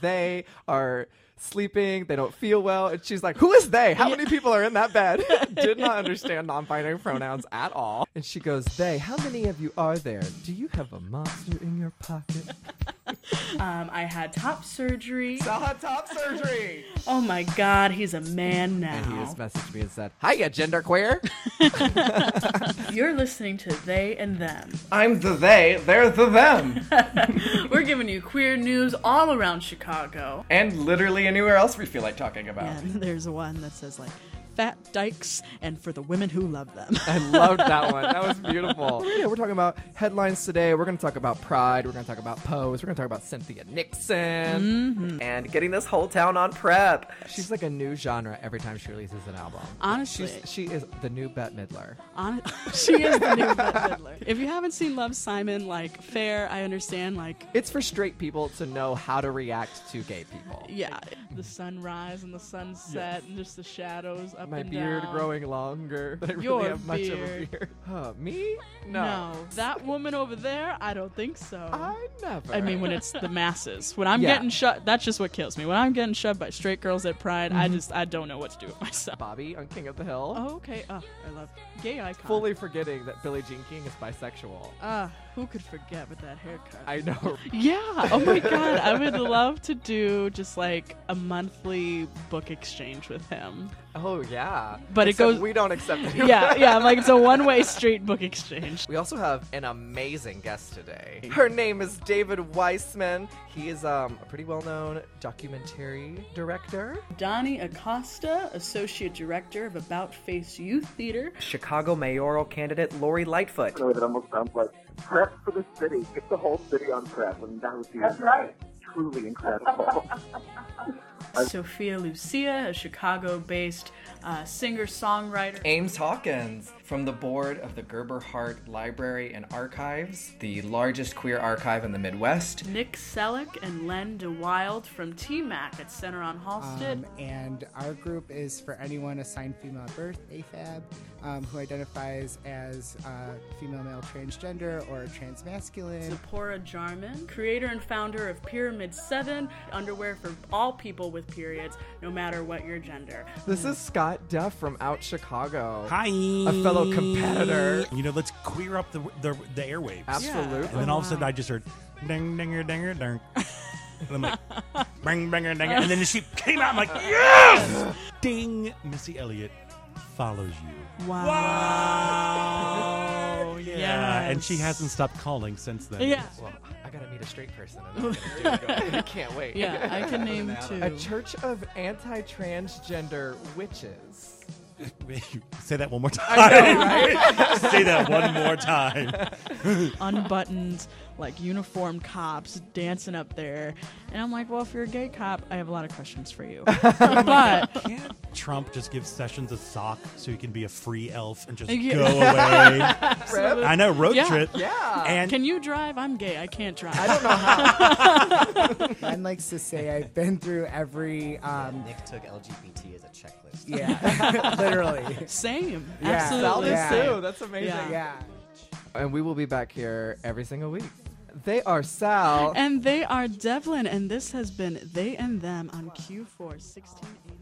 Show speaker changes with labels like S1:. S1: they are sleeping, they don't feel well. And she's like, Who is they? How many people are in that bed? Did not understand non binary pronouns at all. And she goes, They, how many of you are there? Do you have a monster in your pocket?
S2: Um, I had top surgery.
S1: Saw top surgery.
S2: Oh my god, he's a man
S1: And he just
S2: now.
S1: messaged me and said, Hiya, genderqueer.
S2: You're listening to They and Them.
S3: I'm the they, they're the them.
S2: We're giving you queer news all around Chicago.
S3: and literally anywhere else we feel like talking about.
S4: And there's one that says like fat dykes and for the women who love them.
S1: I loved that one. That was beautiful. Yeah, we're talking about headlines today. We're going to talk about Pride. We're going to talk about Pose. We're going to talk about Cynthia Nixon.
S3: And getting this whole town on prep.
S1: Mm-hmm. She's like a new genre every time she releases an album.
S4: Honestly.
S1: She's, she is the new Bette Midler.
S4: Hon- she is the new Bette Midler. If you haven't seen Love Simon, like fair, I understand. Like
S1: It's for straight people to know how to react to gay people.
S4: yeah, the sunrise and the sunset and just the shadows up
S1: My
S4: and
S1: beard
S4: down.
S1: growing longer. I really
S4: Your
S1: have much of a
S4: beard.
S1: beard. Huh, me? No.
S4: No. that woman over there, I don't think so.
S1: I never.
S4: I mean, when it's the masses, when I'm
S1: Yeah.
S4: getting shoved, that's just what kills me. When I'm getting shoved by straight girls at Pride,
S1: Mm-hmm.
S4: I just I don't know what to do with myself.
S1: Bobby on King of the Hill.
S4: Oh, okay.
S2: ah,
S4: Oh, I love gay icon.
S1: Fully forgetting that Billie Jean King is bisexual.
S4: Ah, who could forget with that haircut?
S1: I know.
S4: yeah. Oh my god, I would love to do just like a monthly book exchange with him.
S1: Oh yeah.
S4: But it
S1: Except
S4: goes-
S1: We don't accept. anyone.
S4: Yeah, yeah. I'm like it's a one-way street book exchange.
S1: We also have an amazing guest today. Her name is David Weissman. He is um, a pretty well-known documentary director.
S2: Donnie Acosta, Associate Director of About Face Youth Theater.
S3: Chicago mayoral candidate Lori Lightfoot.
S5: in a way that almost sounds like prep for the city. Get the whole city on prep, and that would be That's right. truly incredible.
S2: Sophia Lucia, a Chicago based uh, singer songwriter.
S3: Ames Hawkins from the board of the Gerber Hart Library and Archives, the largest queer archive in the Midwest.
S2: Nick Selleck and Len DeWild from TMAC at Center on Halsted.
S6: Um, and our group is for anyone assigned female at birth, AFAB, um, who identifies as uh, female, male, transgender, or transmasculine.
S2: Zipporah Jarman, creator and founder of Pyramid 7, underwear for all people with periods, no matter what your gender.
S1: This is Scott Duff from Out Chicago.
S7: Hi.
S1: A fellow competitor.
S7: You know, let's queer up the the, the airwaves.
S1: Absolutely.
S7: And then all of a sudden, I just heard ding, dinger, dinger, ding. and I'm like, bang, banger, dinger. And then she came out. I'm like, yes! Ding. Missy Elliott follows you.
S4: Wow.
S7: Wow. yeah. And she
S4: Yes.
S7: hasn't stopped calling since then.
S4: Yeah.
S1: Well, I gotta meet a straight person. And I'm gonna do it. I can't wait.
S4: Yeah, I can name two.
S1: A church of anti-transgender witches.
S7: Wait, Say that one more time. Say that one more time.
S4: unbuttoned, like uniformed cops dancing up there. And I'm like, well, if you're a gay cop, I have a lot of questions for you. but
S7: Can't Trump just give Sessions a sock so he can be a free elf and just
S4: Yeah.
S7: go away? I know, road
S4: Yeah.
S7: trip.
S1: Yeah.
S7: And
S4: can you drive? I'm gay. I can't drive.
S1: I don't know how.
S6: Mine likes to say I've been through every, um,
S8: Nick took LGBT as a checklist.
S6: yeah, literally,
S4: Same.
S6: Yeah.
S4: Absolutely.
S6: Yeah.
S4: Same.
S1: too. That's amazing.
S4: Yeah.
S6: yeah.
S1: And we will be back here every single week. They are Sal.
S4: And they are Devlin, and this has been They and Them on Q4 1680.